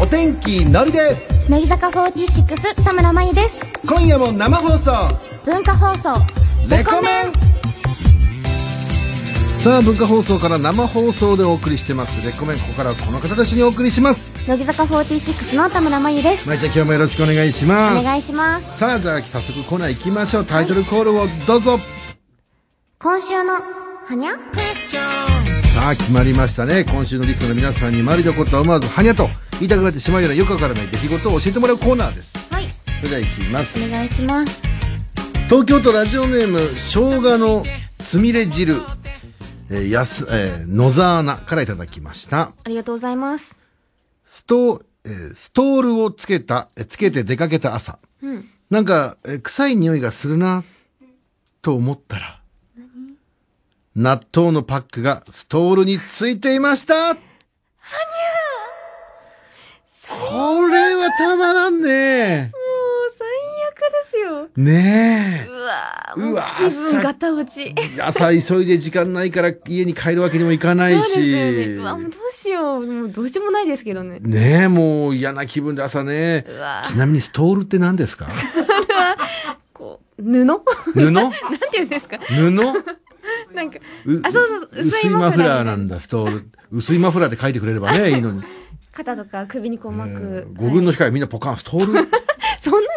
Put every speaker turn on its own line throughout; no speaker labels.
お天気のりです
乃木坂46田村真由です
今夜も生放送
文化放送
レコメンさあ文化放送から生放送でお送りしてますレコメンここからはこの方と一緒にお送りします
乃木坂46の田村真由です
まいちゃん今日もよろしくお願いし
お
ます
願いします
さあじゃあ早速コーナー行きましょうタイトルコールをどうぞ
今週のはにゃ
さあ決まりましたね今週のリストの皆さんに周りのことは思わずはにゃと言いたくなってしまうようなよくわからない出来事を教えてもらうコーナーです
はい
それでは行きます
お願いします
東京都ラジオネーム生姜のつみれ汁、えーやすえー野沢菜からいただきました
ありがとうございます
スト,、えーストールをつけたえーつけて出かけた朝、なんか、えー臭い匂いがするなと思ったら納豆のパックがストールについていましたはにゃこれはたまらんね
もう最悪ですよ
ねえ
うわ
もううわ気分ガ
タ落ち
朝急いで時間ないから家に帰るわけにもいかないし。
うどうしようもうどうしようもないですけどね
ねえ、もう嫌な気分で朝ね。
うわ
ちなみにストールって何です か
こう布 なんて
布布
言うんですかなんか
う
あそうそう
薄いマフラーなんだ、ストール。薄いマフラーって書いてくれればね、いいのに。
肩とか首にこう巻く、
うん五軍の光みんなポカン、ストール、
そんなん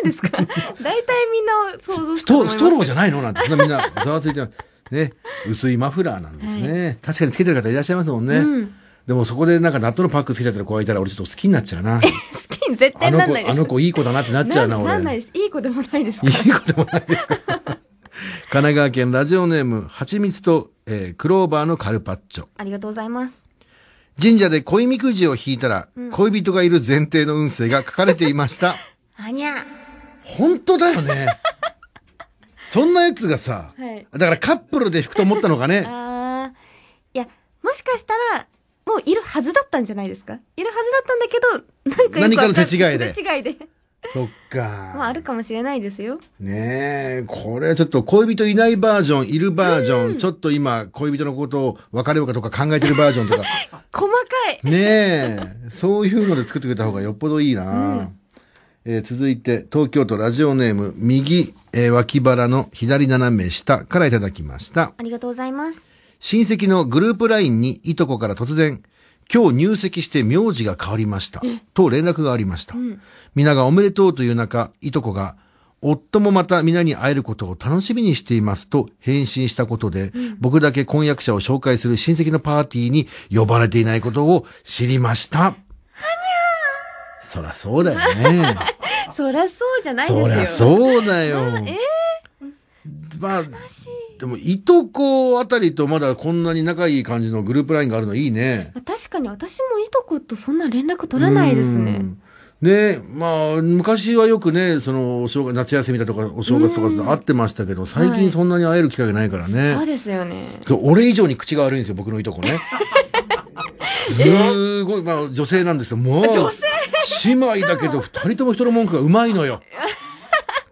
ですか 大体みんな想像し
ス
て
ト
思
ー
います
ストローじゃないのなんて、そんなみんなざわついてます。ね、薄いマフラーなんですね、確かにつけてる方いらっしゃいますもんね。
うん
でもそこでなんか納豆のパックつけちゃってる子がいたら俺ちょっと好きになっちゃうな。
好きに絶
あ
対
の
なんない
子、
です
あの子いい子だなってなっちゃうな、
ん
俺。
んないですいい子でもないですか
いいこともないですか神奈川県ラジオネーム、はちみつと、えークローバーのカルパッチョ。
ありがとうございます
神社で恋みくじを引いたら、恋人がいる前提の運勢が書かれていました。
あにゃ
本当だよね。そんなやつがさ、
はい
だからカップルで引くと思ったのがね、
あーいやもしかしたらもういるはずだったんじゃないですかいるはずだったんだけどなんかよくわんない
何かの手違いで
手違いで
そっ
まああ
か。
るかもしれないですよ
ねえ、これはちょっと恋人いないバージョン、いるバージョン、ちょっと今恋人のことを別れようかとか考えてるバージョンとか、
細かい
ねえ、そういうので作ってくれた方がよっぽどいいな、えー続いて、東京都ラジオネーム、右、えー脇腹の左斜め下からいただきました。
ありがとうございます
親戚のグループ LINE にいとこから突然、今日入籍して名字が変わりました。と連絡がありました。皆がおめでとうという中、いとこが、夫もまた皆に会えることを楽しみにしていますと返信したことで、僕だけ婚約者を紹介する親戚のパーティーに呼ばれていないことを知りました。はにゃそらそうだよね。
そりゃそうじゃないですよ
そりゃそうだよ。まあ、でも、いとこあたりとまだこんなに仲いい感じのグループラインがあるのいいね。
確かに私もいとことそんな連絡取らないですね
うん。ねまあ、昔はよくね、その、お正月、夏休みだとか、お正月とかと会ってましたけど、最近そんなに会える機会がないからね。
そうですよね
そう俺以上に口が悪いんですよ、僕のいとこ ね。すごい、まあ、女性なんですよ。もう、
女性
姉妹だけど、二人とも人の文句がうまいの よ。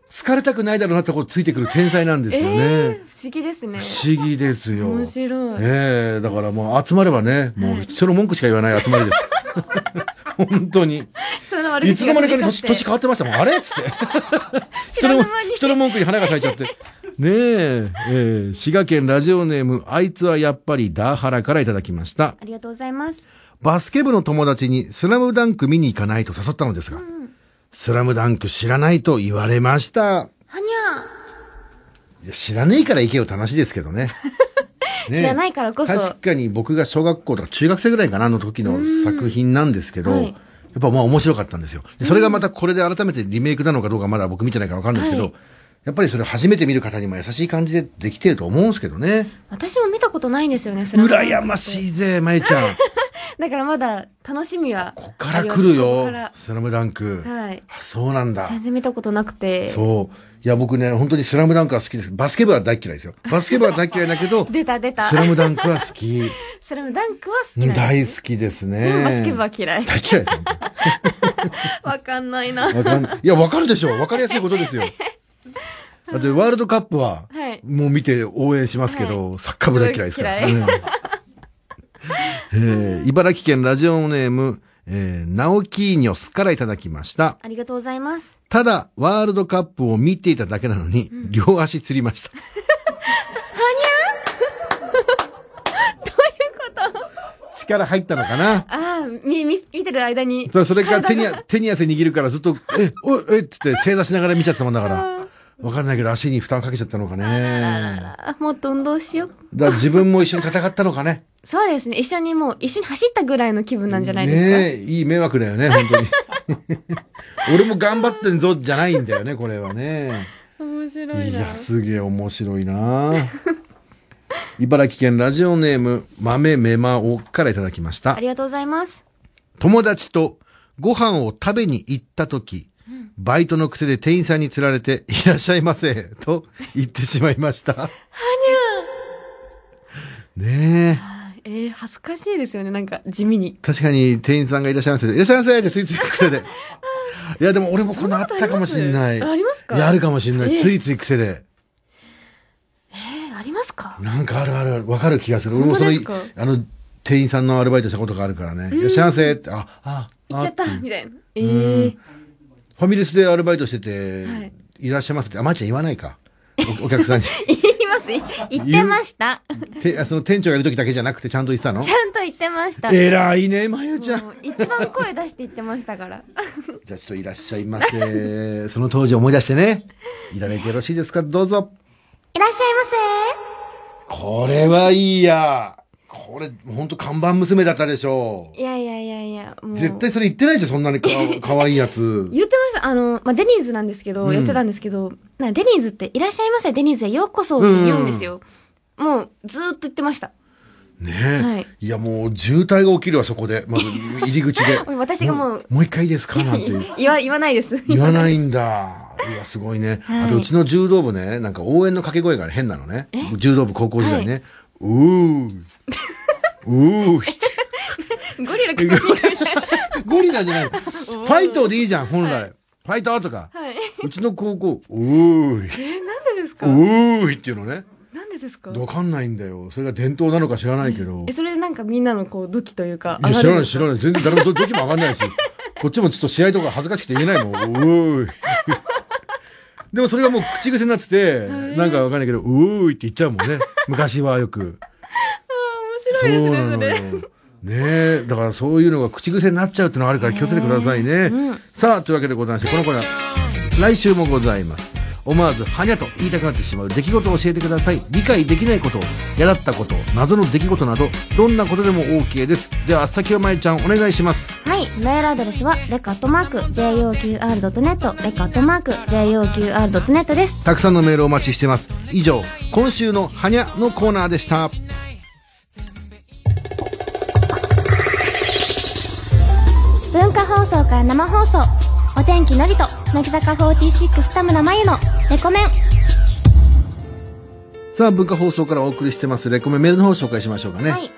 疲れたくないだろうなってこうついてくる天才なんですよね。
えー不思議ですね
不思議ですよ。
面白い
ええだからもう集まればね、もう人の文句しか言わない集まり です。本当に。
その悪口
いつの間にかに
が
年
飛び
年
交
変わっ
って
てましたもん。あれっつって。
知
人
ら
の
ぬ間に
人の文句に花が咲い ちゃって。ねえ、えー滋賀県ラジオネーム、あいつはやっぱりダーハラからいただきました。
ありがとうございます
バスケ部の友達にスラムダンク見に行かないと誘ったのですが、スラムダンク知らないと言われました。
はに
いや知らねえから行けよって話ですけど ね。ねえ
知らないからこそ
確かに僕が小学校とか中学生ぐらいかなの時の作品なんですけど、
はい
やっぱまあ面白かったんですよ。でそれがまたこれで改めてリメイクなのかどうかまだ僕見てないからわかるんですけど、
はい
やっぱりそれ初めて見る方にも優しい感じでできてると思うんですけど ね。
ゃ私も見たことないんですよねスラムダンク
羨ましいぜ、まえちゃん。
だからまだ楽しみは
こっから来る
ここ
よ
から、
スラムダンク。
はい
あそうなんだ。
全然見たことなくて
そう。いや、僕ね、本当にスラムダンクは好きです。バスケ部は大嫌いですよ。バスケ部は大嫌いだけど、
出た出た
スラムダンクは好き。
スラムダンクは好きなんです
大好きです
でも
ね。
バスケ部は嫌い
大嫌いですよ本
わかんないな
当に。わかん ない。いや、わかるでしょう。わかりやすいことですよ。だって、ワールドカップは
はい、
もう見て応援しますけど、サッカー部大嫌いですから。
嫌い
うんえー茨城県ラジオネーム、えー、ナオキーニョスからいただきました。
ありがとうございます。
ただ、ワールドカップを見ていただけなのに、両足つりました。 力入ったのかな
ああ、み、み、見てる間に。
ただそれから手に、手に汗握るからずっ と、え、おい、えっつって正座しながら見ちゃってたもんだから。わかんないけど足に負担かけちゃったのかね。だか
あもっと運動しよう。
ら自分も一緒に戦ったのかね。
そうですね。一緒にもう、一緒に走ったぐらいの気分なんじゃないですか。
ねえ、いい迷惑だよね、本当 に。俺も頑張ってんぞ、じゃないんだよね、これはね。
面白
いや、すげえ面白いな 茨城県ラジオネーム、豆めまおからいただきました
あ。りがとうございます。
友達とご飯を食べに行った時、バイトの癖で店員さんに釣られて、いらっしゃいませ、と言ってしまいました。 はにゃねえ。
えー、恥ずかしいですよね。なんか、地味に。
確かに店員さんがいらっしゃいませ、いらっしゃいませってついつい癖で。いや、でも俺もこんなあったかもしんない。
そんなことありますあありますか
いや、あるかもしんない。
ええ
ついつい癖で。
えー、ありますか
なんかあるあるある、わかる気がする。俺もその
本当です、
あの、店員さんのアルバイトしたことがあるからね。いらっしゃいませって、あ、あ、あ。
行っちゃったみたいな。えー、
ファミレスでアルバイトしてて、
はい
い、らっしゃいませって、あ、まーちゃん言わないか。おお客さんに。
言います。い言ってました。
てあその店長がいる時だけじゃなくてちゃんと言ってたの
ちゃんと言ってました。
えらいね、まゆちゃん。
もう一番声出して言ってました から。
じゃあちょっといらっしゃいませ。 その当時を思い出してね。いただいてよろしいですかどうぞ。
いらっしゃ
これはいいや。これ、ほんと看板娘だったでしょ
いませいやいやいやいや、もう。
絶対それ言ってないでしょそんなに かわかわいいやつ。
言ってました。あの、まあ、デニーズなんですけど、やってたんですけど、なデニーズって、いらっしゃいませ、デニーズへようこそって言うんですよ。もう、ずーっと言ってました。
ね
はい。
い、や、もう渋滞が起きるわ、そこで。まず入り口 で
私がもう
もう一回いいですかなんていう。
言わ、言わないです。
言わないん だ。いや、すごいね。
はい
あと、うちの柔道部ね、なんか応援の掛け声が変なのね。柔道部高校時代ね。うー。う ー。
ゴリラかわいい
ゴリラじゃない。ファイトでいいじゃん、本来。ファイトとか。
はい。
うちの高校、うーい。
え、なんでですか
うーいっていうのね。
なんでですか
わかんないんだよ。それが伝統なのか知らないけど。
え、それでなんかみんなのこう、ドキというか、
いや、知らない、知
ない。
らない。全然誰もどどきも上がんないし。 こっちもちょっと試合とか恥ずかしくて言えないもん。うーい。 でもそれがもう口癖になってて、なんかわかんないけど、うーいって言っちゃうもんね。昔はよく。
面白いですね、そ
の
れ。
よ。ねえ、だからそういうのが口癖になっちゃうってのはあるから気をつけてくださいね。さあ、というわけでございまして、このコーナー、来週もございます。思わず、はにゃと言いたくなってしまう出来事を教えてください。理解できないこと、やだったこと、謎の出来事など、どんなことでも OK です。では、先をまえちゃん、お願いします。
はい、メールアドレスは、レカットマーク、JOQR.net、レカットマーク、JOQR.net です。
たくさんのメールをお待ちしてます。以上、今週のはにゃのコーナーでした。
文化放送から生放送、お天気のりと、乃木坂46田村真由の、レコメン。
さあ、文化放送からお送りしてます。レコメンメールの方を紹介しましょうかね。
はい、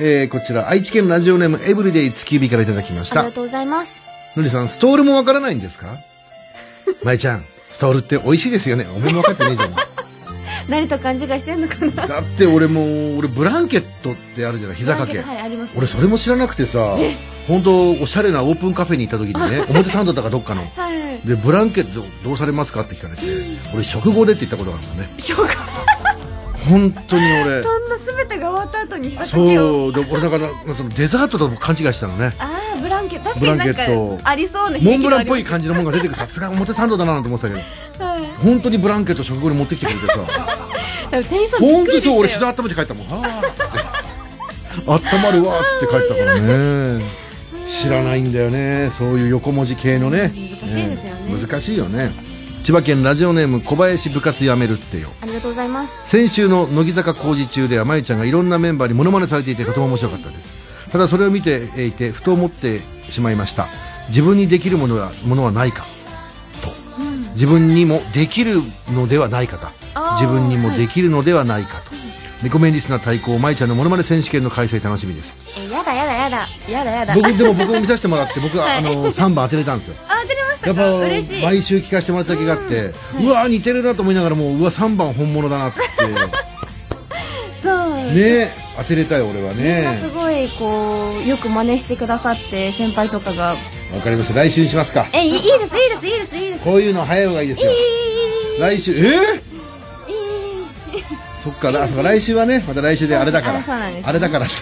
えー、こちら、愛知県ラジオネームエブリデイ月指からいただきまし
あり
た
が。とうございます。
のりさん、ストールもわからないんです かまいちゃん、ストールって美味しいですよね。お前もわかってねえ じゃん。
何と勘違いしてんのかな
だって俺も、俺ブランケットってあるじゃない、膝掛け。
はい、あります。
俺それも知らなくてさ、本当おしゃれなオープンカフェに行った時に ね、表参道だかどっかの。
はいはい。
で、ブランケットどうされますかって聞かれて、俺食後でって言ったことがあるもんね。
しょうが
本当に俺。
そんな全てが終わった後に膝掛けを。
そう、で俺だから、そのデザートとも勘違いしたのね。
ああ、ブランケット。確
ブ
か
ラ
に
ンケ
なん
ット
か、ありそうな
モンブランっぽい
響
感じのもんが出てくるさすが表参道だなと思ってたけど
きはあります。
本当にブランケット食後に持ってきてくれて さ
はい。店員さんびっ
本
く
当
り
に
した
そう
よ
俺膝温めて帰ったもんはあっつってあったまるわーっつって帰ったからね知らないんだよねそういう横文字系のね
難しいですよね
うん難しいよね千葉県ラジオネーム小林部活やめるってよ
ありがとうございます。
先週の乃木坂工事中ではまゆちゃんがいろんなメンバーにモノマネされていてとても面白かったですただそれを見ていてふと思ってしまいました自分にできるものはものはないかと、自分にもできるのではないか
あ
か
ー
自分にもできるのではないかと、レコメンリスナー対抗まゆちゃんのモノマネ選手権の開催楽しみです
え、やだやだやだ。やだやだ。
僕でも僕も見させてもらって僕は、
はい
あの3番当てれたん ですよ
あ、出れまし
や
た
っぱ
か嬉しい。
毎週聞かせてもらった気があって、うわー似てるなと思いながらもううわ3番本物だなって
そう。
ね当てれたい俺は
みんな
ね
すごいこうよく真似してくださって先輩とかが
わかりました来週にしますか
えいいいいですいいですいいですいいです
こういうの早い方がいいですよ来週えー
いいいいいい
そっからそうか来週はねまた来週であれだから
あそうなんです
れだからって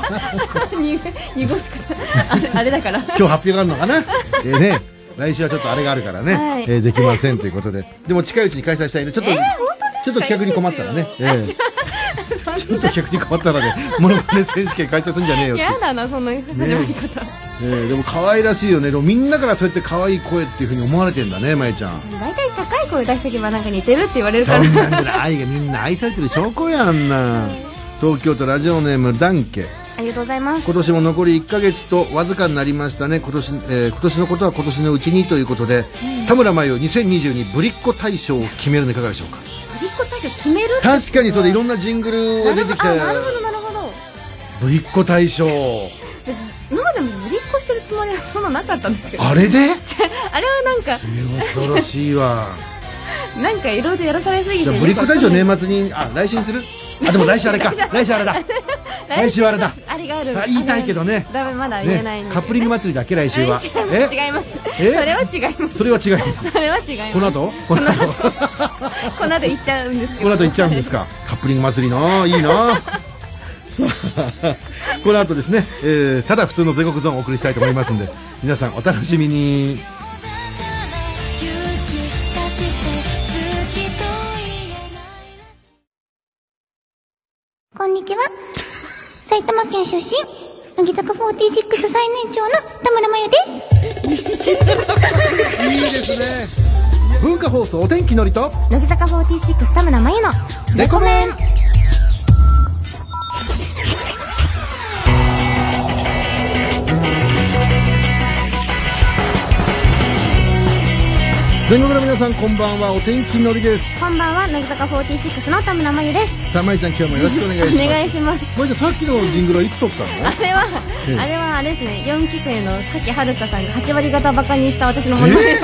濁濁しくあれあれだから
今日発表があるのか なえーね来週はちょっとあれがあるからね、
はい
えーできませんということででも近いうちに開催したいんでちょっと、ちょっと企画に困ったらね、えー ちょっと企画に困ったらねモノマネ選手権開催するんじゃねえよって
やだなそんな始まり方、
えーでも可愛らしいよねでもみんなからそうやって可愛い声っていうふうに思われてんだねまゆちゃん
大体高い声出してけばなんか似てるって言われる
そ
から
んなんじゃ愛がみんな愛されてる証拠やんな東京都ラジオネームダンケ
ありがとうございます
今年も残り1ヶ月とわずかになりましたね今年,、えー今年のことは今年のうちにということで、田村真由2022ぶりっ子大賞を決めるのいかがでしょうか
びっこ大賞決める
確かにそうでいろんなジングルが
なる
出て
ほど
き
あ
た
なるほどなるほど
ぶりっ子大賞
別に今までもぶりっこしてるつもりはそんななかったんですよ
あれで
あれはなんか
恐ろしいわ
なんかい ろいろやらされすぎ
じ
て
ゃあぶりっ子大賞年末にあ来週に するあでも来週あれか来週あれだ来週あれだ
あれがある
あ言いたいけどね
ダメまだ言えないん
ね
で、
カップリング祭りだっけ来週は
来週は違います
え
それは違います
それは違います
それは違います
この後この後
この後行っちゃうんですけ
こ
ど
の後行っちゃうんですかカップリング祭りのいいなこの後ですね、えーただ普通の全国ゾーンをお送りしたいと思いますんで皆さんお楽しみに
「勇気出して好きと言えない」
こんにちは。埼玉県出身、乃木坂46最年長の田村真由です。
いいですね文化放送お天気のりと
乃木坂46田村真由の
レコメン全国の皆さんこんばんはお天気のりです
こんばんは、乃木坂46の田村真由です。
さあまいちゃん今日もよろしくお願いします
お願いします
まいちゃんさっきのジングルはいつ撮ったの
あれは、あれはあれですね、4期生の柿春香さんが8割方バカにした私のものをして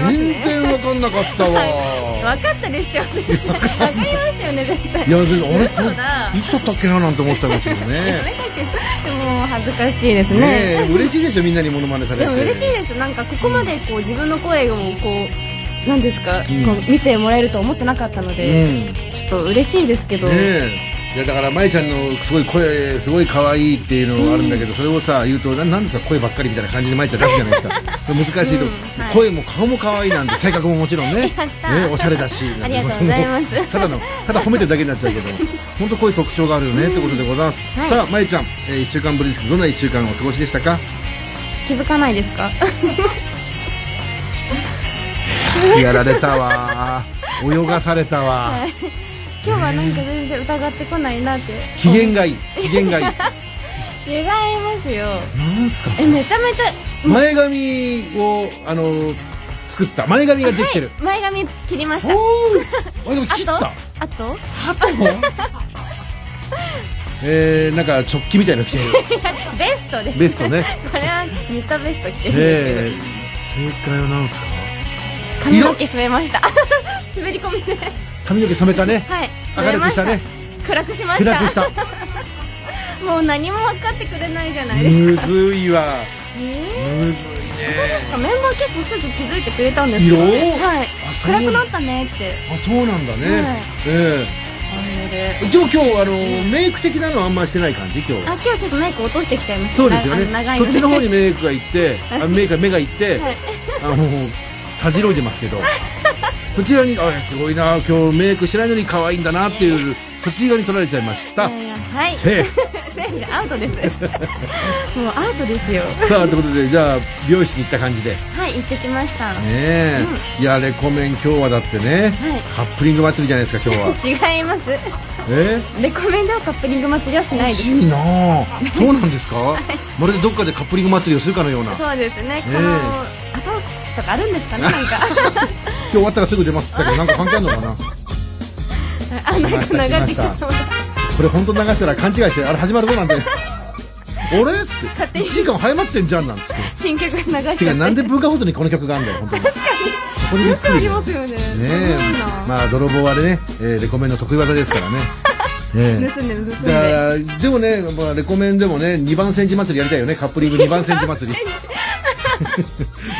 ます
全
ね。
然わかんなかったわ、
分かったですよ。分かりましたよね、絶対。
いや、全然、あれ、
嘘だ
いつだったっけななんて思ってたんです けど
やめ
ね。
たけど、もう恥ずかしいです
ね
ね。
え、嬉しいでしょ、みんなにモノマネされて。
でも嬉しいです。なんかここまでこう自分の声をこう、なんですか、
ん
こう見てもらえると思ってなかったので、
うん。ね
ちょっと嬉しいですけど、
え。いやだからまいちゃんのすごい声すごい可愛いっていうのがあるんだけど、それをさ言うとななんですか声ばっかりみたいな感じでまいちゃん出すじゃないですか難しいと、
はい
声も顔も可愛いなんて性格ももちろんね
やった
ねおしゃれだし
ありがとうございます
そのただの ただ褒めてるだけになっちゃう けど本当こういう特徴があるよねってことでございます、
はい
さあまいちゃん、え1週間ぶりですけどどんな1週間お過ごしでしたか
気づかないですか
やられた わー泳がされたわー
今日はなんか全然疑ってこないなって。
機嫌がいい機嫌 がいい
違いますよ。
なんすか
え、めちゃめちゃ、
前髪をあの作った前髪ができてる、
前髪切りまし
お
た
おー前髪切った
あと
ハト えー、なんか直帰みたいなの着てる
ベストです
ベストね
これはニットベスト着てるん
え
で
ー、
す
正解は何すか
けど髪の毛染めました 滑り込みで
髪の毛染めたね
はい
明るくしたね
染めま暗くしまし
暗
た
くした
もう何も分かってくれないじゃないです
むずいわ
か
むずいね
メンバー結構すぐ気づいてくれたんですけど、
色
ね、
々
はい
あそう
暗くなったねって
あそうなんだね、
はい
え
あので
えー、でも今日あのメイク的なのはあんましてない感じ今日は
あ今日ちょっとメイク落としてきちゃいました
そうですよね
なあ長い
そ
の
っ
で
ちの方にメイクが行 ってあメイクが目が行って、
はい
あのたじろいでますけどこちらにあすごいな今日メイクしないのに可愛いんだなっていうそっち側に取られちゃいました、
いやいやはい
セー フ
センじゃアウトです もうアウトですよ
さあということでじゃあ美容室に行った感じでね
はい行ってきました、
え、いやレコメン今日はだってね、
はい
カップリング祭りじゃないですか今日は
違います
え
レコメンドはカップリング祭りはしない
え
です
いいなあそうなんですかまるでどっかでカップリング祭りをするかのような今
そうですね、
え
この後とかあるんですかね、なんか、
日終わったらすぐ出ますって言ったけどなんか関係あるのかな
あなんか流れてきそうな、
これ本当に流したら勘違いしてあれ始まるぞなん て俺っつって1時間早まってんじゃんなんつっ
新曲流してち
て
ゃ
か
って、
なんで文化放送にこの曲があんだよ本当に
確か
これびっ
に、
く
よくあ
りだ
り
よ
ますよね、すご
ね
いな、
えまあ泥棒はね、えーレコメンの得意技ですからねええ
盗んで盗ん
だか
で
らでもね、まあ、レコメンでもね2番センチ祭りやりたいよねカップリング2番センチ祭 り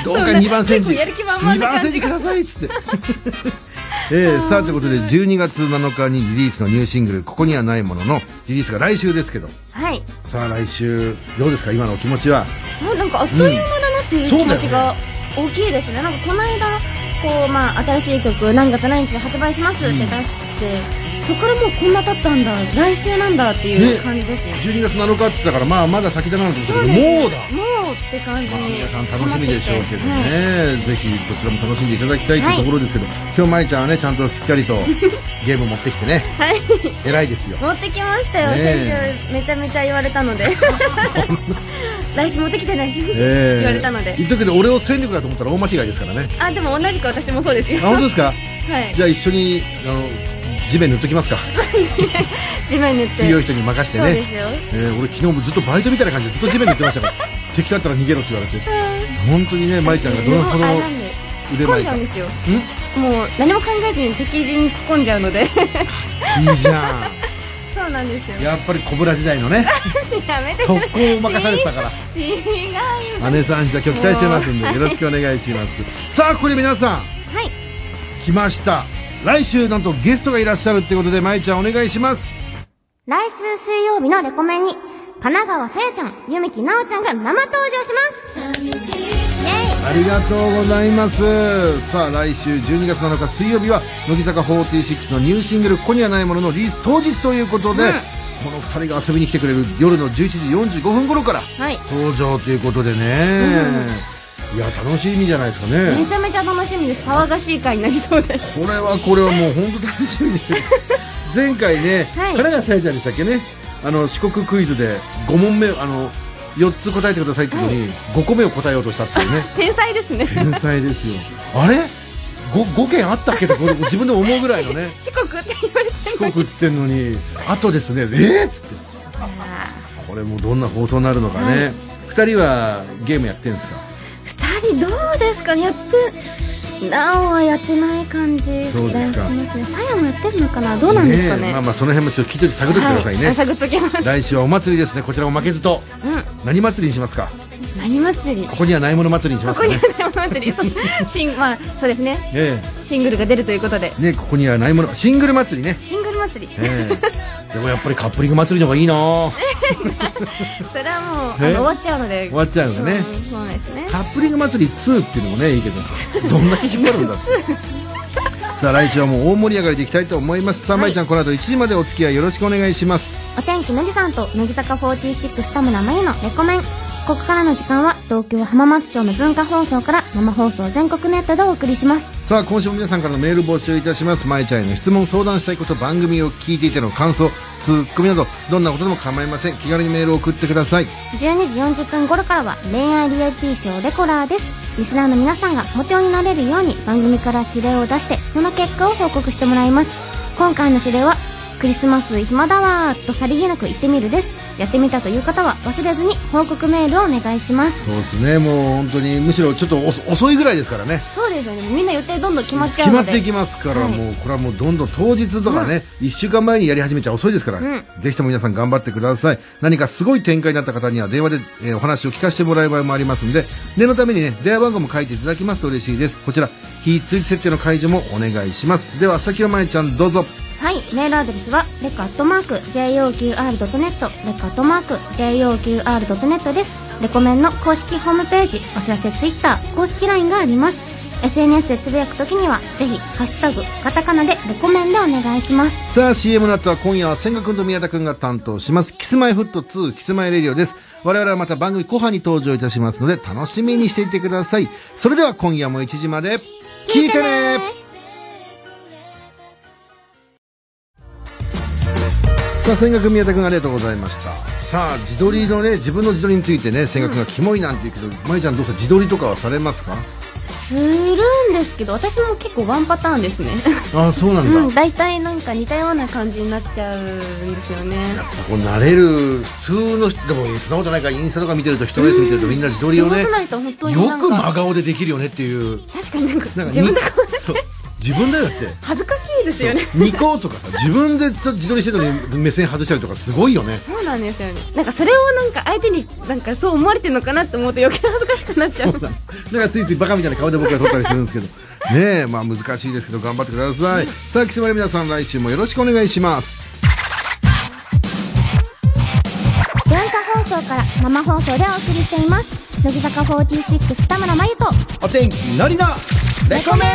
どうか2番センチ
結構やる気満々
2
な
番
感
セン
じ
チ
が
くださいっつって ええさあということで12月7日にリリースのニューシングル「ここにはないもの」のリリースが来週ですけど
はい
さあ来週どうですか今のお気持ちは
そうなんかあっという間だなっていう気
そうだ
持
よね
ちが大きいですね,、なんかこの間こう、まあ、新しい曲何月何日で発売しますって出して、そこからもうこんな経ったんだ来週なんだってい
ね
う感じですね
12月7日って言ったからまあまだ先だなと思ったけど
そうですね
もうだ
もうって感じ
まあ、
に
皆さん楽しみでしょうけどね、
迫ってきてはい
ぜひそちらも楽しんでいただきたいというところですけど、今日まいちゃんはねちゃんとしっかりとゲーム持ってきてね、
はい
偉いですよ
持ってきましたよ、
ねえ
先週めちゃめちゃ言われた ので来週持ってきてね、
ええ
言われたので
言っとくけど俺を戦力だと思ったら大間違いですからね
あでも同じく私もそうですよ
あ本当ですか
はい
じゃあ一緒にあの地面塗っときますか
地面塗って
強い人に任せて
そうで
ね、
すよ
えー俺昨日もずっとバイトみたいな感じでずっと地面塗ってま したから敵だったら逃げろって言われて本当にねまいちゃんがどのほど
あ
の
なんで
腕
突っ
前か
込んじゃうんですよもう何も考えずに敵陣に突っ込んじゃうの で
んいいじゃ
そうなんですよ
んやっぱり小倉時代のね
やめてく
特
れ
攻を任されてたから
違います
姉さんじゃあ今日期待してますんでよろしくお願いしますさあここで皆さん
はい
来ました来週なんとゲストがいらっしゃるってことでまいちゃんお願いします
来週水曜日のレコメンに、神奈川さやちゃん、ゆみきなおちゃんが生登場します。
ありがとうございますさあ来週12月7日水曜日は乃木坂46のニューシングル「ここにはないもの」のリリース当日ということで、この2人が遊びに来てくれる夜の11時45分頃から
はい
登場ということでね、いや楽しみじゃないですかね
めちゃめちゃ楽しみです騒がしい回になりそうです
これはこれはもう本当楽しみ です前回ね、
はい
神奈川さやちゃんでしたっけねあの四国クイズで5問目あの4つ答えてくださいっていうのに、5個目を答えようとしたっていう ね
天才ですね
天才ですよあれ 5, 5件あったっけど自分でも思うぐらいの ね
四国って言われて
四国っつってんのにあとですねえっ、つってこれもうどんな放送になるのかね、二2人はゲームやってんですか
二人どうですかねやってなおはやってない感じがし
そうですか
ますねさやもやってるのかなどうなんですかね
まあまあその辺もちょっと聞いといて探っといてくださいね、
はい、探っときます
来週はお祭りですねこちらも負けずと、何祭りにしますか
何祭り
こ
こ
こにはないもの祭りにします
こ
か
に
ね
は何祭りそうシンまあそうですね
え
シングルが出るということで
えねここにはないものシングル祭りね、
シングル祭り
ええでもやっぱりカップリング祭りの方がいいな
それはもうあの
え
終わっちゃうので
終わっちゃうのね、
うんそうですね
カップリング祭り2っていうのもねいいけどどんな引っ張るんだってさあ来週はもう大盛り上がりでいきたいと思いますさあまいちゃんこの後1時までお付き合いよろしくお願いします
お天気のりさんと、乃木坂46田村真由のレコメン。ここからの時間は、東京浜松町の文化放送から生放送全国ネットでお送りします。
さあ今週も皆さんからのメール募集いたしますまいちゃんへの質問相談したいこと番組を聞いていての感想ツッコミなどどんなことでも構いません気軽にメールを送ってください
12時40分頃からは恋愛リアリティショーレコラーですリスナーの皆さんがモテ男になれるように番組から指令を出してその結果を報告してもらいます今回の指令はクリスマス暇だわーとさりげなく言ってみるですやってみたという方は忘れずに報告メールをお願いします
そうですねもう本当にむしろちょっと遅遅いぐらいですからね
そうですよねみんな予定どんどん決まっちゃ
決
う
ま
の
っ
で
ていきますから、
はい
もうこれはもうどんどん当日とかね、一1週間前にやり始めちゃ遅いですから、ぜひとも皆さん頑張ってください何かすごい展開になった方には電話で、えーお話を聞かせてもらう場合もありますんで念のためにね電話番号も書いていただきますと嬉しいですこちら非通知設定の解除もお願いしますでは先ほまいちゃんどうぞ
はいメールアドレスはレカアットマーク JOQR.net レカアットマーク JOQR.net ですレコメンの公式ホームページお知らせツイッター公式 LINE があります SNS でつぶやくときにはぜひ「ハッシュタグカタカナ」でレコメンでお願いします
さあ CM の後は今夜は千賀君と宮田君が担当しますキスマイフット2キスマイレディオです我々はまた番組後半に登場いたしますので楽しみにしていてくださいそれでは今夜も1時まで聞いてねさあ千賀君宮田君ありがとうございましたさあ自撮りのね自分の自撮りについてね千賀君がキモいなんて言うけど、まいちゃんどうせ自撮りとかはされますか
するんですけど私も結構ワンパターンですね
ああそうなんだ、
うん
やっ
大体なんか似たような感じになっちゃうんですよね
ぱこう慣れる普通の人でもそんなことないからインスタとか見てると一レース見てるとみんな自撮り
上
をね
手
よ
ないと本当になんか
く真顔でできるよねっていう
確かになんか
なんか
自分で
にそう自分だよって
恥ずかしいいですよね
2個とかさ自分でちょっと自撮りしてたのに目線外したりとかすごいよね
そうなんですよねなんかそれをなんか相手になんかそう思われてるのかなって思うと余計恥ずかしくなっちゃう
そう なんですだからついついバカみたいな顔で僕が撮ったりするんですけどねえまあ難しいですけど頑張ってくださいさあキスマイの皆さん来週もよろしくお願いします
文化放送から生放送でお送りしています乃木坂46田村真由と
お天気のりのレコメン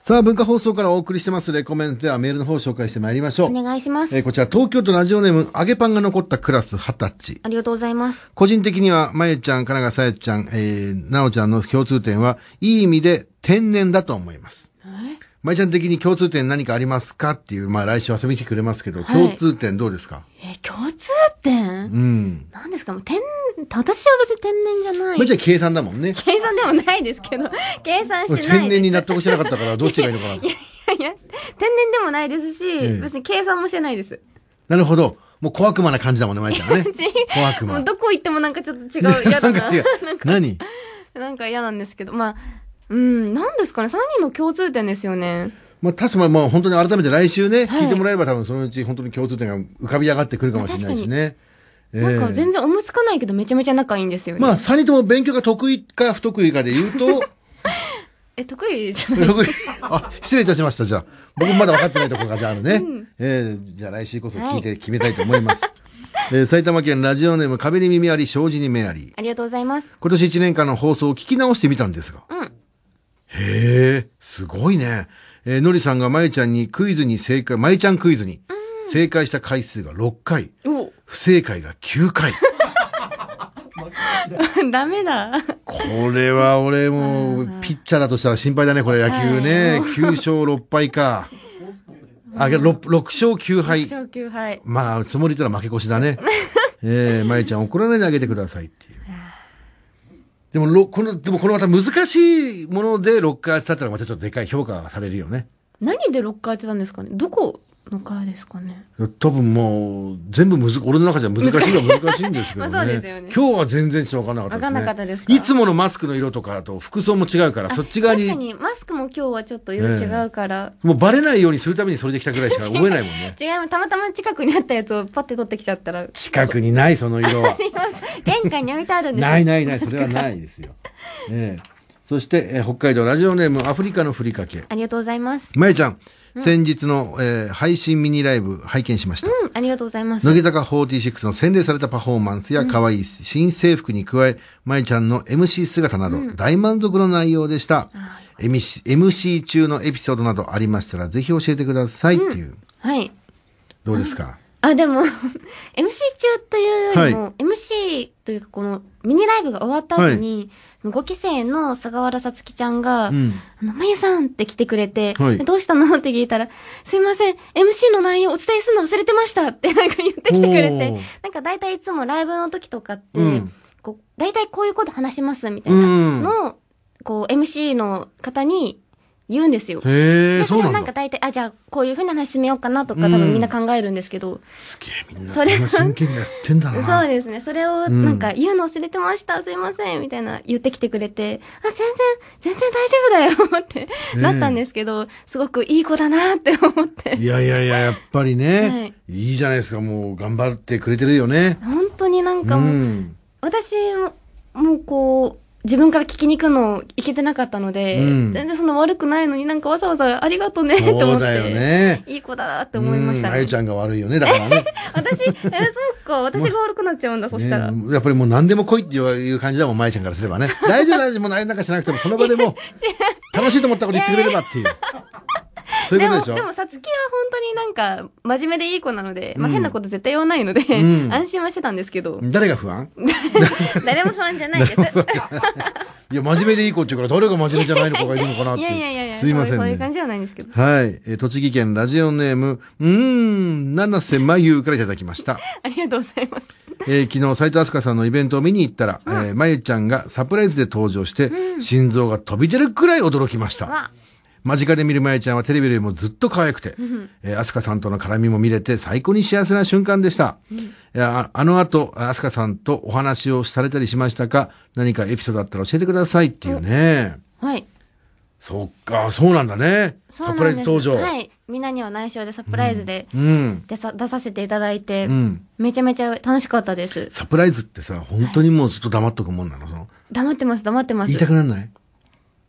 さあ文化放送からお送りしてますレコメンではメールの方を紹介してまいりましょう
お願いします、
えーこちら東京都ラジオネーム揚げパンが残ったクラス20歳
ありがとうございます
個人的には、まゆちゃん、かながさやちゃん、えー、なおちゃんの共通点は、いい意味で天然だと思います。まゆちゃん的に共通点何かありますかっていう、まあ来週遊びに来てくれますけど、
はい
共通点どうですか
え共通点
うん。
なんですかもう天私は別に天然じゃな
まゆちゃ
い
ん計算だもんね。
計算でもないですけど計算してないです
天然に納得してなかったから、どっちがいいのかな。
いや天然でもないですし、
ええ
別に計算もしてないです
なるほど。もう小悪魔な感じだもんね、まゆちゃんは ね。小悪
も
魔
う。どこ行ってもなんかちょっと違う嫌
な
だ
ん
な
か違う。何
なんか嫌なんですけどまあうんなんですかね3人の共通点ですよね
まあ、確かに、まあ、本当に改めて来週ね、
はい
聞いてもらえれば多分そのうち本当に共通点が浮かび上がってくるかもしれないしね。
なんか
ええ
全然思いつかないけどめちゃめちゃ仲いいんですよね、
まあ、三人とも勉強が得意か不得意かで言うと、
え得意じゃない
得意あ、失礼いたしました。じゃあ、僕まだ分かってないところがじゃああるね。えーじゃあ来週こそ聞いて決めたいと思います。えー埼玉県ラジオネーム壁に耳あり、障子に 目あり。
ありがとうございます
今年1年間の放送を聞き直してみたんですが。
うん
へえ、すごいね。えーのりさんがまゆちゃんにクイズに正解、まゆちゃんクイズに正解した回数が6回、
お
不正解が9回。
ダメだ
これは俺も、ピッチャーだとしたら心配だね、これ野球ね。9勝6敗か。あ、6, 勝9敗。
昇級はい
まあ、つもりたら負け越しだ ね。ええまゆちゃん怒らないであげてくださいっていう。でも、ろこの、でもこれまた難しいもので6回当てたらまたちょっとでかい評価がされるよね。
何で6回やってたんですかねどこの回ですかね
多分もう、全部むず、俺の中じゃ難しいのは難しいんですけどね。
まあそうですよね
今日は全然ちょっとわかんなかったですね。
わかんなかったですか
いつものマスクの色とかと服装も違うから、そっち側
確
に
かにマスクも今日はちょっと色違うから、
もうバレないようにするためにそれで来たぐらいしか覚えないもん ね。
違うたまたま近くにあったやつをパッて取ってきちゃったら
近くにない、その色は。
玄関に置いてあるんですよ
ないないない、それはないですよ。ええそして、えー北海道ラジオネームアフリカのふりかけ。
ありがとうございます
まゆちゃん、先日の、えー配信ミニライブ拝見しました。
うんありがとうございます
乃木坂46の洗礼されたパフォーマンスや可愛い新制服に加え、まゆちゃんの MC 姿など大満足の内容でした。MC, MC 中のエピソードなどありましたらぜひ教えてくださいっていう。
はい
どうですか
あでも MC 中というよりも、
は
MC というかこのミニライブが終わった後に、5期生の菅原さつきちゃんが「
うん。
あのまゆさん!」って来てくれて、
はい
でどうしたのって聞いたら「すいません MC の内容お伝えするの忘れてました」ってなんか言ってきてくれ
お
て
ー
なんか大体いつもライブの時とかって、
うん。
こう大体こういうこと話しますみたいうなんのを、こう MC の方に言うんですよ。
へえ、
で
そう
れ
な
を
ん
な
だ
んか。大体、あ、じゃあ、こういうふうな話しめようかなとか、多分みんな考えるんですけど、
すげえみんな。
それは
真剣にやってんだな。
そうですね。それを、
ん
なんか、言うの忘れてました、すいません、みたいな言ってきてくれて、あ、全然、全然大丈夫だよ、って、
え
なったんですけど、すごくいい子だなって思って。
いやいやいや、やっぱりね、い、いじゃないですか、もう頑張ってくれてるよね。
本当になん
う
かもう、
ん。
私も、もうこう、自分から聞きに行くのいけてなかったので、
うん
全然そんな悪くないのになんかわざわざありがとうねって思って。
そうだよね。
いい子だなって思いました
うんあゆ
ね
ち。ゃんが悪い よね、だからね。
私、え、そうか、私が悪くなっちゃうんだ、そしたら。
ねやっぱりもう何でも来いっていう感じだもん、まゆちゃんからすれば ね。大丈夫大丈夫、もう何なんかしなくても、その場でも、楽しいと思ったこと言ってくれればっていう。そうい
で
うこ
も、
とでし
で
ょ
も、さつきは本当になんか、真面目でいい子なので、ま
う
あ
ん
変なこと絶対言わないので、
うん
安心はしてたんです けど、
誰が不安
誰も不安じゃない です。
いや、真面目でいい子って言うから、誰が真面目じゃないの子がいるのかなっ
い
て。
やいやいやいや、
すいません
そう
ね。
いう感じじゃないんですけど。
はい。えー栃木県ラジオネーム、うーん、七瀬まゆからいただきました。
ありがとうございます。
えー昨日、斉藤飛鳥さんのイベントを見に行ったら、えーまゆちゃんがサプライズで登場して、心臓が飛び出るくらい驚きました。
わ、
間近で見るまゆちゃんはテレビよりもずっと可愛くて、えー飛鳥さんとの絡みも見れて最高に幸せな瞬間でした。えーああの後、飛鳥さんとお話をされたりしましたか何かエピソードあったら教えてくださいっていうね。
はい。
そっか、そうなんだね。
そうな
サ
ん
プライズ登場。
はい。みんなには内緒でサプライズで
うん。
出さ出させていただいて、
うん
めちゃめちゃ楽しかったです。
サプライズってさ、本当にもうずっと黙っとくもんなの、その
黙ってます、黙ってます。
言いたくなんない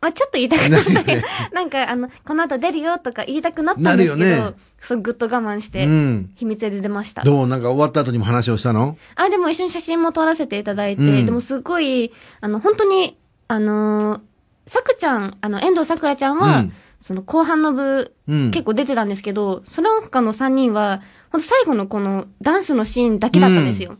まあ、ちょっと言いたくなったけど、 なんか、あの、この後出るよとか言いたくなったんですけ
なるよ
ど
ね、
そう、ぐっと我慢して
うん、
秘密で出ました。
どうなんか終わった後にも話をしたの
あ、でも一緒に写真も撮らせていただいて、
うん
でもすごい、あの、本当に、あのーさくちゃん、あの、遠藤さくらちゃんは、
うん
その後半の部、
うん
結構出てたんですけど、その他の3人は、本当最後のこのダンスのシーンだけだったんですよ。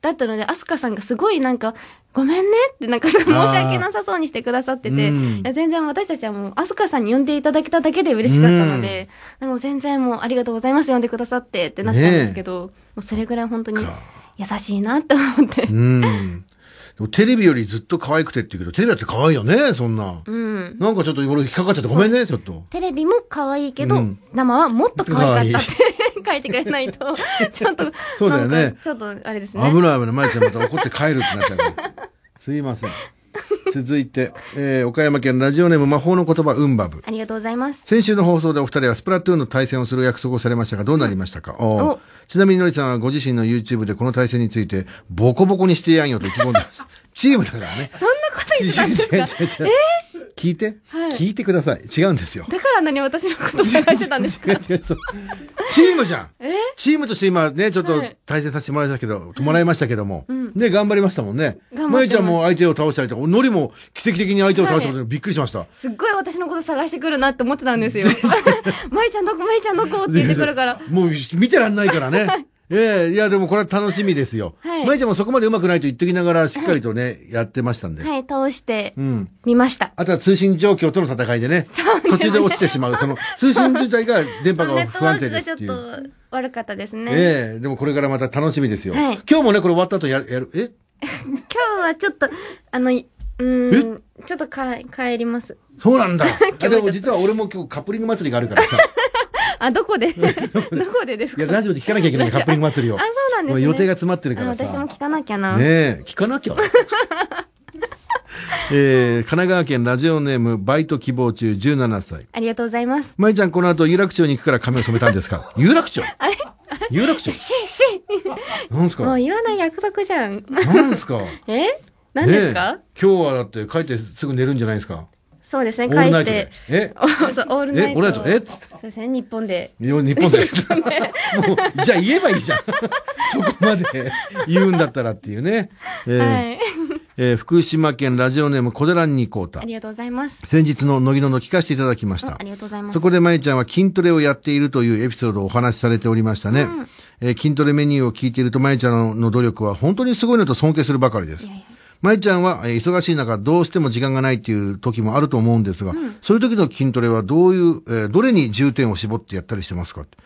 だったので、アスカさんがすごいなんか、ごめんねってなんか申し訳なさそうにしてくださってて、
うん
いや全然私たちはもう、アスカさんに呼んでいただけただけで嬉しかったので、なんかもう全然もうありがとうございます、呼んでくださってってなったんですけど、もうそれぐらい本当に
か
優しいなって思って
う。ん。でもテレビよりずっと可愛くてって言うけど、テレビだって可愛いよね、そんな。
うん。
なんかちょっと俺引っかかっちゃってごめんね、ちょっと。
テレビも可愛いけど、
うん
生はもっと可愛かったって 書いてくれな いと、ちょっと、
そうだよね
なんかちょっとあれですね。
危ない危ない、まいちゃんまた怒って帰るってなっちゃうから。すいません。続いて、えー岡山県ラジオネーム魔法の言葉、うんばぶ。
ありがとうございます。
先週の放送でお二人はスプラトゥーンの対戦をする約束をされましたが、どうなりましたか、おう
お
ちなみにのりさんはご自身の YouTube でこの対戦について、ボコボコにしてやんよと意気込んでます。チームだからね。そんなこと言ってたんですか違う違う違う違う聞いて、
はい
聞いてください。違うん ですよ。
だから何私のこと探してた んですか
違う違うそうチームじゃんチームとして今ね、ちょっと対戦させてもらいましたけど、もらいましたけども。ね、頑張りましたもんね。
頑張ってます
まゆちゃんも相手を倒したりとか、のりも奇跡的に相手を倒したことでびっくりしました。
すっごい私のこと探してくるなって思ってたん ですよ。 まいちゃんどこまいちゃんどこって言ってくるから。
もう見てらんないからね。ええいや、でもこれは楽しみですよ。
はい
まゆちゃんもそこまで上手くないと言ってきながら、しっかりとね、やってましたんで。
はい、倒して
うん。
みました。
あとは通信状況との戦いでね、途中で落ちてしまう、その通信自体が電波
ネ
が
ット
不
ワー
安定で
クが
す
ちょ
っ
って
いう。
と悪かったですね。
ええでもこれからまた楽しみですよ。
はい
今日もね、これ終わった後ややる。え
今日はちょっと、あの、うん、ちょっとか帰ります。
そうなん だ。あ
と
でも実は俺も今日カップリング祭りがあるからさ。
あ、どこでどこでです
い
か
や、ラジオで聞かなきゃいけないのカップリング祭りを。
あそうなんですね
も予定が詰まってるか
あ
らさ。
私も聞かなきゃな。
ねえ、聞かなきゃ。 えー、神奈川県ラジオネーム、バイト希望中17歳。
ありがとうございます。
まいちゃん、この後、有楽町に行くから髪を染めたんですか 有楽町
あれ
有楽町
し、し、
なんす
もう
か
言わない約束じゃん。
なんすか
え 何ですか、
ねえ今日はだって帰ってすぐ寝るんじゃないですか
そうです
オ
ね、
ール
帰
ナ
っ
イトで
て。。
え
お そう、オールナイト。
えオールナイトえっつって
そうですね、日本で。
日本 で。もう、じゃあ言えばいいじゃん。 そこまで言うんだったらっていうね。えー
はい。
えー福島県ラジオネーム小寺にこうた
あ。りがとうございます。
先日の乃木のの聞かせていただきまし
あ
た
あ。りがとうございます。
そこでまゆちゃんは筋トレをやっているというエピソードをお話しされておりましたね。えー筋トレメニューを聞いているとまゆちゃんのの努力は本当にすごいのと尊敬するばかりです
いやいや。
まゆちゃんは、えー忙しい中どうしても時間がないっていう時もあると思うんですが、そういう時の筋トレはどういう、えーどれに重点を絞ってやったりしてますかって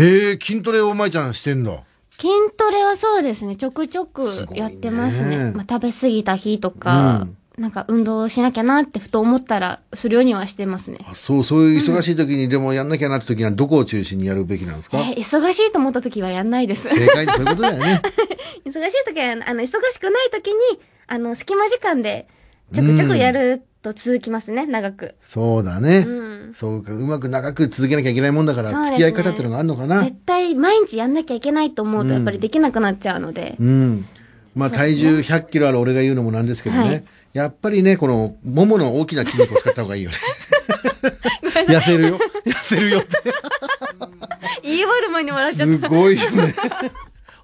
へえ、筋トレをまゆちゃんしてんだ。
筋トレはそうですね、ちょくちょ
す
く
ごいね
やってますね。まあ、食べ過ぎた日とか、なんか運動しなきゃなってふと思ったら、するようにはしてますね。
あそう、そういう忙しい時にでもやんなきゃなって時にはどこを中心にやるべきなんです
え
か、
ー忙しいと思った時はやんないです。
正解にそういうことだよね。
忙しい時は、あの、忙しくない時に、あの、隙間時間で、ちょくちょくやると続きますね、長く。
そうだね。
うん
そうか、うまく長く続けなきゃいけないもんだから、
そうです
付
ね
き合い方ってのがあるのかな。
絶対毎日やんなきゃいけないと思うと、やっぱりできなくなっちゃうので。
うん。まあ、体重100キロある俺が言うのもなんですけどね。
はい
やっぱりね、この、ももの大きな筋肉を使った方がいいよね。痩せるよ。痩せるよって。
言い終わる前に笑っちゃっ
す
た。
ごいよね。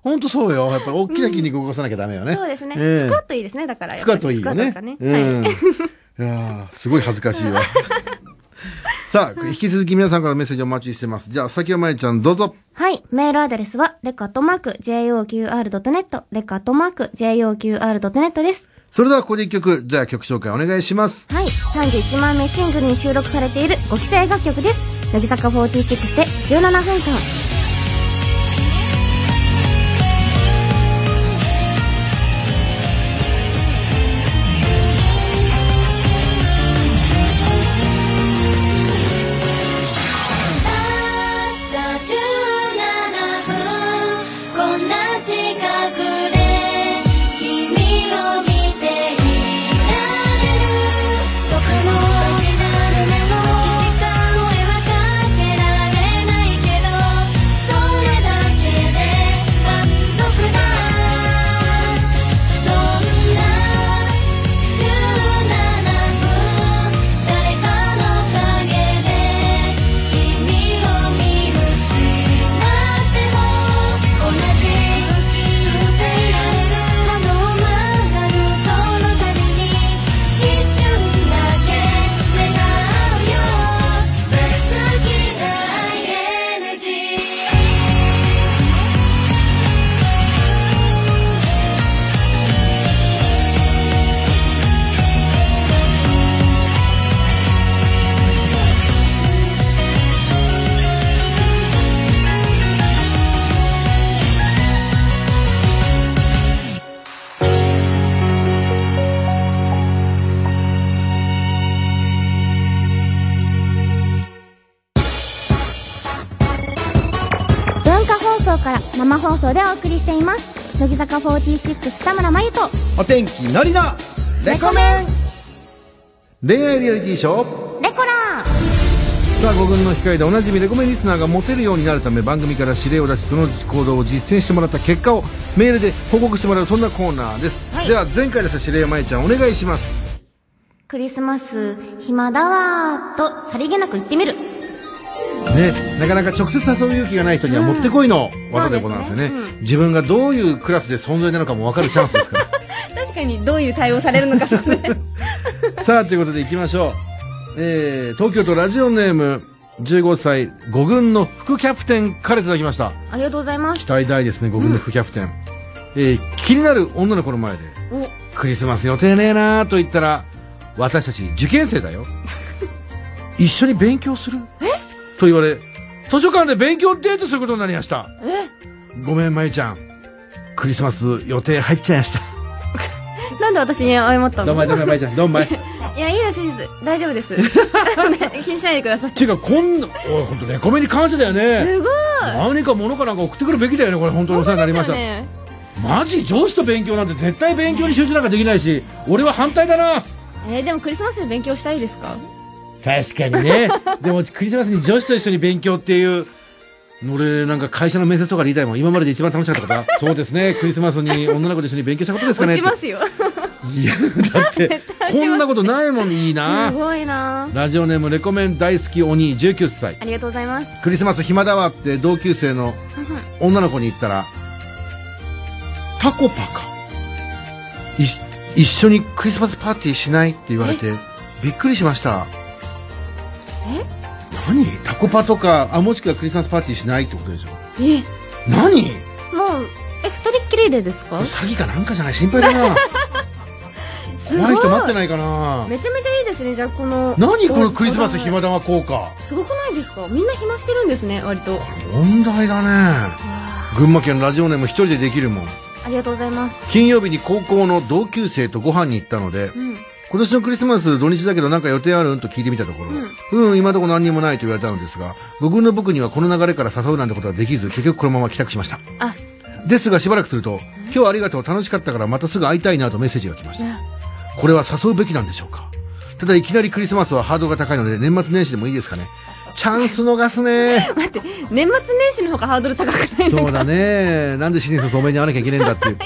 ほんとそうよ。やっぱり大きな筋肉を動かさなきゃダメよね。
そうですね。
ええ
スクワットいいですね、だからやっ
ス
ぱ
カ
り。
ットいいよね。
スクワットとか
う
ね。
ん。いやーすごい恥ずかしい わ。さあ、引き続き皆さんからメッセージお待ちしてます。じゃあ、先はまゆちゃん、どうぞ。
はい。メールアドレスは、レカトマーク、JOQR.net、レカトマーク、JOQR.net です。
それでは、ここで一曲、じゃあ曲紹介お願いします。
はい。31枚目シングルに収録されている5期生楽曲です。乃木坂46で17分間。
こんな近くで君を見ていられる僕のオリジナルな
から生放送でお送りしています乃木坂46田村真由と
お天気のりのレコメン恋愛リアリティショー
レコラー
さあ5軍の控えでおなじみレコメンリスナーがモテるようになるため番組から指令を出しその行動を実践してもらった結果をメールで報告してもらうそんなコーナーです、
はい
では前回出した指令をまゆちゃんお願いします
クリスマス暇だわーとさりげなく言ってみる
ねなかなか直接誘う勇気がない人にはもってこいの技でございますよね,、自分がどういうクラスで存在なのかも分かるチャンスですから
確かにどういう対応されるのか、それ。
さあ、ということで行きましょう。えー、東京都ラジオネーム、15歳、5軍の副キャプテンからいただきました。
ありがとうございま
期
す。
待大ですね、5軍の副キャプテン。えー、気になる女の子の前で、
お、
クリスマス予定ねえなーと言ったら、私たち受験生だ よ。一緒に勉強すると言われ、図書館で勉強デートすることになりました。
え、
ごめん、まゆちゃん。クリスマス予定入っちゃいま した。
なんで私に謝った
どんま
の
い、どんまい、まゆちゃん。どんまい。
いや、いいです、いいです。大丈夫 です。 気にしないでください。
ていうか、こんな、おい、ほんと、レコメンに感謝だよね。
すごい。
何か物かなんか送ってくるべきだよねこれ本当にお世話になりました、
ね。
マジ上司と勉強なんて絶対勉強に集中なんかできないし俺は反対だな
えーでもクリスマスに勉強したいですか
確かに ねでもクリスマスに上司と一緒に勉強っていう俺なんか会社の面接とかで言いたいもん今までで一番楽しかったからそうですねクリスマスに女の子と一緒に勉強したことですかね
落
って
ちますよ。
いやだってこんなことないもんいいな
すごいな
ラジオネームレコメン大好きお兄19歳
ありがとうございます。
クリスマス暇だわって同級生の女の子に言ったら、タコパか。い一緒にクリスマスパーティーしないって言われて、びっくりしました。
え
何タコパとか、あ、もしくはクリスマスパーティーしないってことでしょ。
え、
何
もう、え、二人っきりでですか
詐欺かなんかじゃない心配だな。
すご
怖
い
い人待ってないかな。
めちゃめちゃいいですね、じゃあこの。
何このクリスマス暇
だ。
だわ効果。
すごくないですかみんな暇してるんですね、割と。
問題だね。群馬県ラジオネーム一人でできるもん。
ありがとうございます。
金曜日に高校の同級生とご飯に行ったので、
うん。
今年のクリスマス土日だけどなんか予定あるんと聞いてみたところ、うん、今のところ何にもないと言われたのですが、僕の僕にはこの流れから誘うなんてことはできず、結局このまま帰宅しました。
あ、
ですがしばらくすると、今日ありがとう楽しかったからまたすぐ会いたいなとメッセージが来ました。これは誘うべきなんでしょうかただいきなりクリスマスはハードルが高いので年末年始でもいいですかねチャンス逃すね
待って、年末年始の方がハードル高くないの
そうだねなんで新年早々お目に遭わなきゃいけねえんだっていう。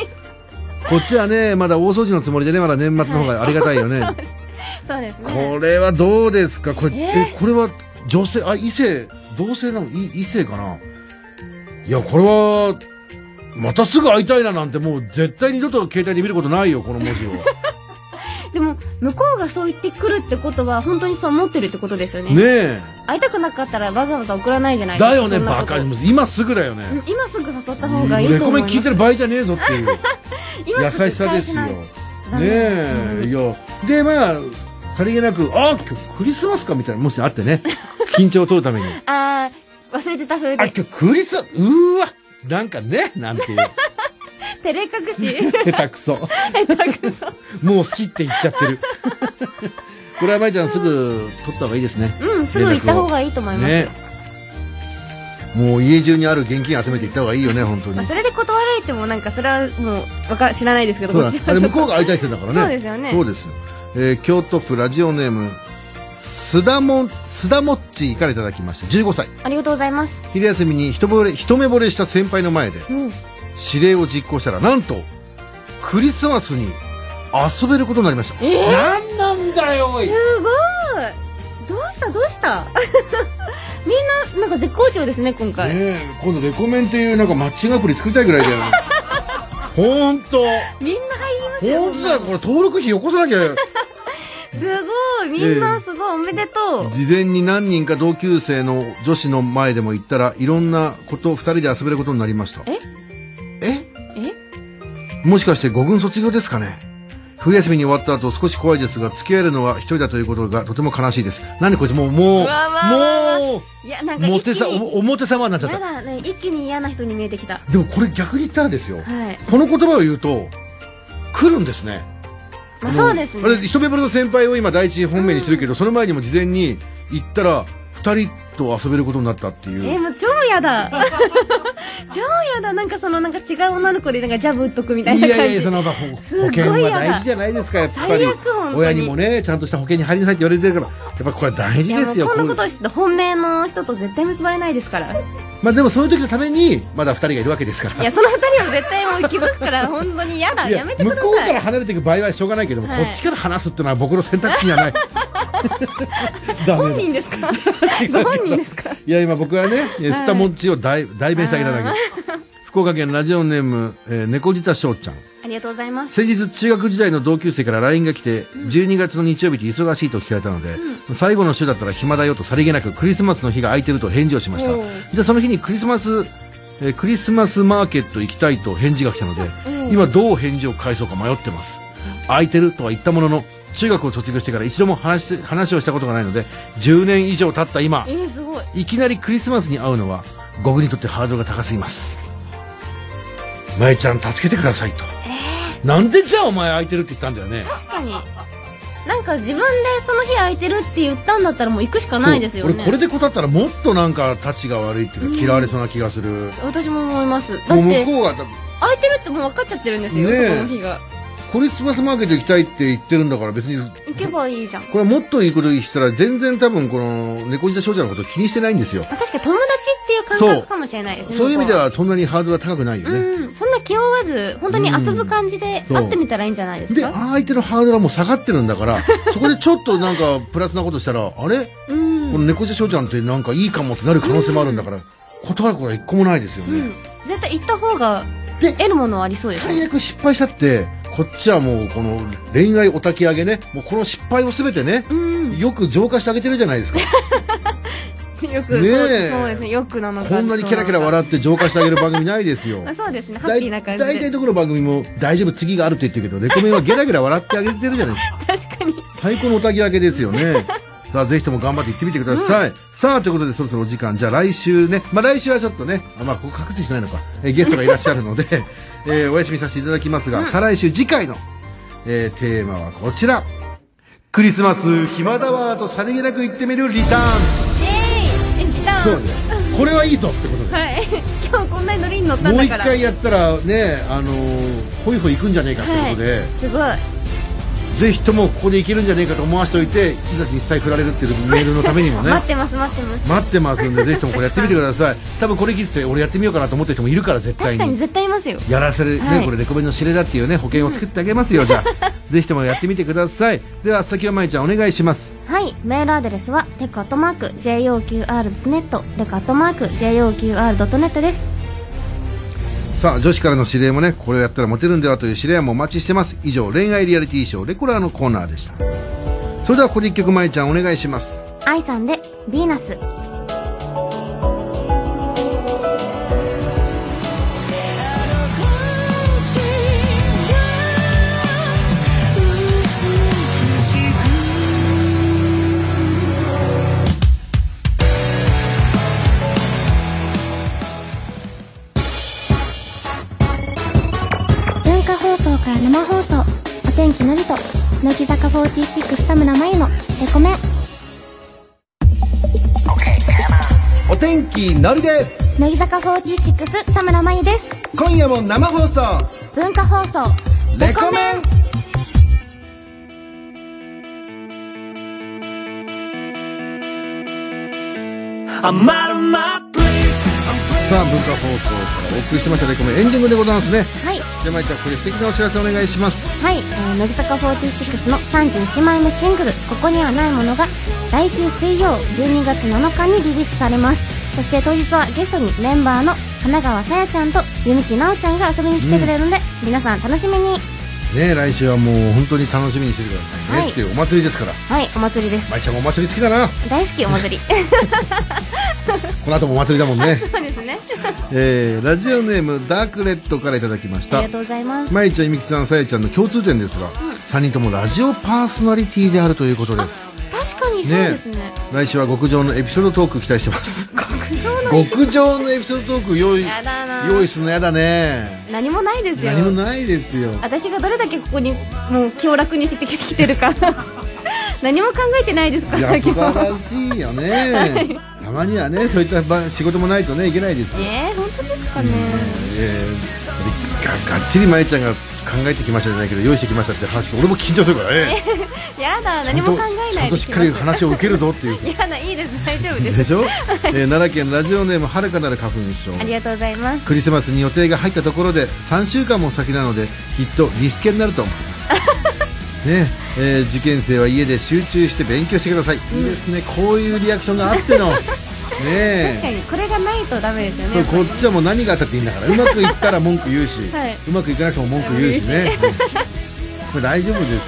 こっちはね、まだ大掃除のつもりでね、まだ年末の方がありがたいよね。
そうですね。
これはどうですかこれ、
え
えこれは女性あ異性同性なのい異性かないやこれはまたすぐ会いたいななんてもう絶対二度と携帯で見ることないよこの文 字を
でも、向こうがそう言ってくるってことは、本当にそう思ってるってことですよね。
ねえ
会いたくなかったらわざわざ送らないじゃないですか。
だよね
そんなこ
バ
と
カ今すぐだよね
うん今すぐ誘った方がいい
レコ
と思
メ
い
ン
ます。
聞いてる場合じゃねえぞって いう
今すぐ
優しさですよ
返
ね
しない
えいやでまあさりげなく「あ今日クリスマスか」みたいなもしあって ね緊張を取るために「
あー、忘れてた風
あ
で
今。日クリスマスうーわなんかね」なんていう
照れ隠し。
下手くそ。もう好きって言っちゃってる。 これはまいちゃんすぐ取った方がいいですね。
うん、すぐ行った方がいいと思います。
ね。もう家中にある現金集めていった方がいいよね、本当
まあ、
に。
それで断られても、なんか、それはもう、わか、知らないですけど、
そうだ。
こっち
あ
は
れ
ち
向
ょっと
こうが会いたい人だからね。
そうですよね
そうですえー京都府ラジオネーム、須田もん、須田もっちからいただきました。15歳。
ありがとうございます
昼休みに一ぼれ一目惚れした先輩の前で、
うん
指令を実行したら、なんと、クリスマスに遊べることになりました。なんなんだよ、おい
すごいどうしたどうした みんな、なんか絶好調ですね、今回。
ねえ今度レコメンっていうなんかマッチングアプリ作りたいぐらいだよ ねほんと
みんな入りますよ。
ほんとだよこれ登録費よこさなきゃ
すごいみんなすごい、おめでとう
事前に何人か同級生の女子の前でも行ったらいろんなことを2人で遊べることになりました
え
え
え
もしかして5軍卒業ですかね冬休みに終わった後少し怖いですが付き合えるのは一人だということがとても悲しいですなんでこいつもうもう
うわうわうわ
も
いや、な
うん
か
モ
一気
テさ
に、
お表様になっちゃっ
や
た
だね、一気に嫌な人に見えてきた。
でもこれ逆に言ったらですよ
はい。
この言葉を言うと来るんですね
ま
あ
あ、
の
そうです
あれ
ね。
一目惚れの先輩を今第一本命にしてるけど、その前にも事前に行ったら二人と遊べることになったってい
え
う。
もう超やだ 超やだなんかそのなんか違う女の子でなんかジャブ打っとくみ
い
たいな
や
感じ
いやいや、そのほ保
すごい
険は
やだ
大事じゃないですか、やっぱり
最悪本当。に
親にもね、ちゃんとした保険に入りなさいって言われてるから、やっぱこれ大
い
事
や
ですよ。
もうこん
こ
な
う
ことをしてた本命の人と絶対結ばれないで すからい
まあでもそういう時のために、まだ二人がいるわけですから。
やその二人は絶対もう気づくから本当にやだ
いや
やめて
向
くだ
こう
さ
か
い
ら離れていく場合はしょうがないけども、
はい
こっちから話すってのは僕の選択肢には ない ダ
本
メ
人ですか ご本人ですか
だいや今僕はねいやふたもっちを代代弁してあげただけ 福岡県ラジオネーム、えー、猫舌翔ちゃん
ありがとうございます
先日中学時代の同級生から LINE が来て、12月の日曜日って忙しいと聞かれたので、最後の週だったら暇だよとさりげなくクリスマスの日が空いてると返事をしました
おう
じゃあその日にクリスマス、えークリスマスマーケット行きたいと返事が来たので今どう返事を返そうか迷ってます空いてるとは言ったものの中学を卒業してから一度も話し話をしたことがないので10年以上経った今
えー、すごい
いきなりクリスマスに会うのは僕にとってハードルが高すぎますまゆちゃん助けてくださいとなんでじゃあお前空いてるって言ったんだよね
確かになんか自分でその日空いてるって言ったんだったらもう行くしか ないですよ
そう
ね
俺これで断ったらもっとなんかタチが悪いっていうか嫌われそうな気がする、
私も思いますだ
もう
っ
向
て
こうが
空いてるってもう分かっちゃってるんですよ、
ねえ
そこの日が
クリスマスマーケット行きたいって言ってるんだから別に
行けばいいじゃん
これもっといいことしたら全然多分この猫舌少女のこと気にしてないんですよ
あ確かに友達っていう感覚かもしれないですね
そういう意味で
向こ
はそんなにハードルは高くないよ
うは
ね、
うんそんな気負わず本当に遊ぶ感じで
うん
会ってみたらいいんじゃないです
で
か
相手のハードルはもう下がってるんだから そこでちょっとなんかプラスなことしたらあれ
う
こ
ん、
の猫舌少女なんてなんかいいかもってなる可能性もあるんだから断ることは一個もないですよ
うん
ね、
絶対行った方が
で
得るものはありそうです
最
ね
悪失敗したってこっちはもうこの恋愛お焚き上げねもうこの失敗を全てね
うん
よく浄化してあげてるじゃないです か
よく、
ねえ
そうそうですねよくなのか
こんなにキラキラ笑って浄化してあげる番組ないですよ
あそうですねハ
だ
ッ
い
ピーな感じ
大
で
体どこの番組も大丈夫次があるって言ってるけどレコメンはゲラゲラ笑ってあげてるじゃないですか
確かに
最高のおたぎ上げですよ ねさあぜひとも頑張って行ってみてください、さあということでそろそろお時間じゃあ来週ねまあ来週はちょっとねあまあここ各自しないのかえーゲストがいらっしゃるので、えーお休みさせていただきますが、再来週次回の、えーテーマはこちらクリスマス暇だわーとさりげなく言ってみるリターン
イエーイ来た
そうねこれはいいぞってことで
はい 今日こんなに乗りに乗ったん
もう
だ
一
から
回やったらねあのー、ホイホイ行くんじゃねえかってことで、
はい、すごい
ぜひともここでいけるんじゃねえかと思わしておいていざ実際振られるっていうメールのために もね
待ってます待ってます
待ってますんでぜひともこれやってみてください多分これ聞いてて俺やってみようかなと思ってる人もいるから絶対
確かに
に
絶対いますよ
やらせる、
は
ね
い
これレコメンの指令だっていうね保険を作ってあげますよ、じゃあ ぜひともやってみてくださいでは先はまゆちゃんお願いします
はい、メールアドレスは、レカットマーク、JOQR.net、レカットマーク、JOQR.net です。
さあ女子からの指令もねこれをやったらモテるんではという指令案もお待ちしてます以上恋愛リアリティショーレコラーのコーナーでしたそれではここで一曲まゆちゃんお願いします
愛さんで、ヴィーナス。
「星が映る美しく」
文化放送から生放送、お天気のりと、乃木坂46田村真由の、レコメン。
お天気のりです
乃木坂46田村真由です。
今夜も生放送
文化放送、
レコメンさあ文化放送からお送りしてましたレコメンエンディングでございますね
はい、
じゃあまゆちゃんこれ素敵なお知らせお願いします
はい、えー、乃木坂46の31枚目シングル「ここにはないものが」来週水曜12月7日にリリースされますそして当日はゲストにメンバーの神奈川さやちゃんと弓木奈緒ちゃんが遊びに来てくれるので、皆さん楽しみに
ねえ来週はもう本当に楽しみにしててくださいね、
はい
っていうお祭りですから
はいお祭りです
まゆちゃんもお祭り好きだな
大好き お祭り
この後もお祭りだもん ね
そうですね
えー、ラジオネームダークレッドからいただきまし
あり
た
がとうございます
まゆちゃん、ゆみきさん、さやちゃんの共通点ですが、3人ともラジオパーソナリティであるということです。
確かにそうですね
来週は極上のエピソードトーク期待してます。
苦情の
極上のエピソードトーク用意、
やだな
用意するのやだね。
何もないですよ
何もないですよ。
私がどれだけここにもう強楽にしてき てるか何も考えてないですか
い
ら
や、素
今日
晴らしいよね。はい、たまにはねそういった場仕事もないとねいけないですよ、
えー、本当ですかね、
えー、ががっちりまえちゃんが考えてきましたじゃないけど用意してきましたって話俺も緊張するからね
やだ
ちゃ
何
ん
も
と
考え
ち
な
ゃ
い
んとしっかり話を受けるぞっていう
やだい いです大丈夫で
ですしょ、えー奈良県ラジオネームはるかなる花粉症
ありがとうございます
クリスマスに予定が入ったところで3週間も先なのできっとリスケになると思い ますねえー受験生は家で集中して勉強してください、いいですねこういうリアクションがあって のね
確か
え
にこれがないとダメですよ
そう
ね
こっちはもう何があったっていいんだからうまくいったら文句言うし、
はいう
まくいかなくても文句言うし ねうんこれ大丈夫ですよ、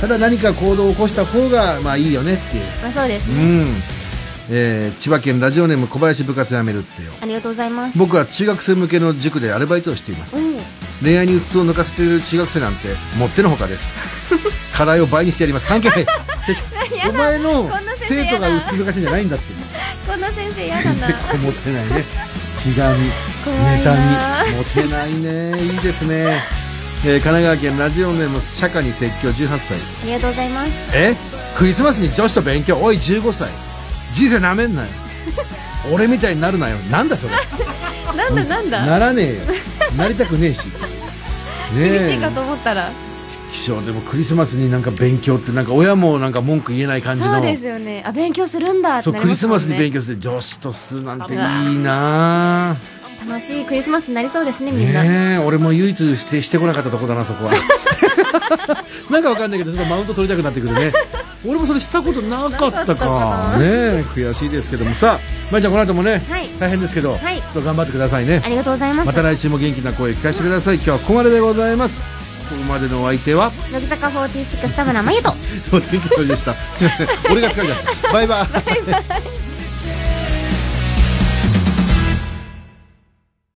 ただ何か行動を起こした方がまあいいよねっていう
まあそうです
う
ね
ん、えー千葉県ラジオネーム小林部活やめるってよ
ありがとうございます
僕は中学生向けの塾でアルバイトをしています、
うん
恋愛にうつつを抜かせている中学生なんてもってのほかです 課題を倍にしてやります関係ないお前の
こんな先生
生徒
やだ
がうつ抜かしいんじゃないんだって
こんな先生やだ
先
な
生こ持てないね気がみ
怖
ネ
い
タ
な
にモテないねいいですね、えー神奈川県ラジオネーム釈迦に説教18歳
ありがとうございます
えクリスマスに女子と勉強おい15歳人生なめ んなよ俺みたいになるなよなんだそれ
なんだなんだ
ならねえよなりたくねえし
厳し
ね
いかと思ったら
え気象でもクリスマスになんか勉強ってなんか親もなんか文句言えない感じの
そうですよねあ勉強するんだって
そう
なり
クリ
ます
ス
もん
マ
ね
スに勉強して女子とするなんていいなあ
楽しいクリスマスになりそうですねみんな、
ねえ俺も唯一してしてこなかったとこだなそ こはなんかわかんないけどちょっとマウント取りたくなってくるね 俺もそれしたことなかったか
なかったかな
ねえ悔しいですけどもさあまいちゃんこの後もね、
はい
大変ですけど、
はい
ちょっと頑張ってくださいね
ありがとうございます、
また来週も元気な声聞かせてください今日はここまででございますここまでのお相手は
乃木坂46田村真由と
お天気鳥でしたすいません俺が疲れちゃったバイバイ